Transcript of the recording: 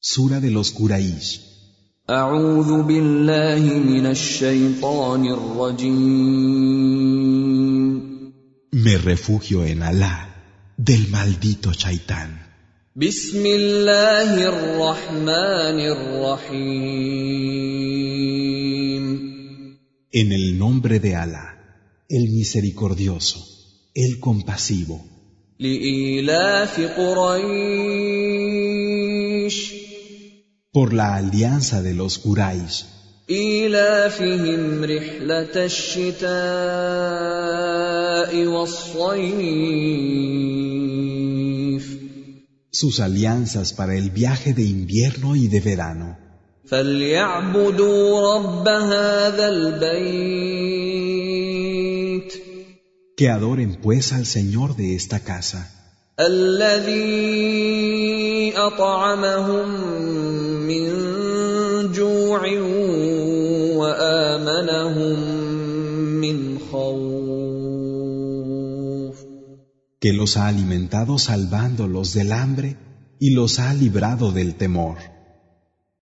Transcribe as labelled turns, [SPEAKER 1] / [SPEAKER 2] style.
[SPEAKER 1] Sura de los Quraysh.
[SPEAKER 2] أعوذ بالله من الشيطان الرجيم
[SPEAKER 1] Me refugio en Alá del maldito Chaitán.
[SPEAKER 2] بسم الله الرحمن الرحيم
[SPEAKER 1] En el nombre de Alá, el misericordioso, el compasivo,
[SPEAKER 2] لإيلاف قريش
[SPEAKER 1] por la alianza de los Quraysh,
[SPEAKER 2] إيلافهم رحلة الشتاء والصيف
[SPEAKER 1] sus alianzas para el viaje de invierno y de verano.
[SPEAKER 2] فليعبدوا رب هذا البيت
[SPEAKER 1] Que adoren pues al Señor de esta casa,
[SPEAKER 2] الذي اطعمهم من جوع وامنهم من خوف
[SPEAKER 1] que los ha alimentado salvándolos del hambre y los ha librado del temor.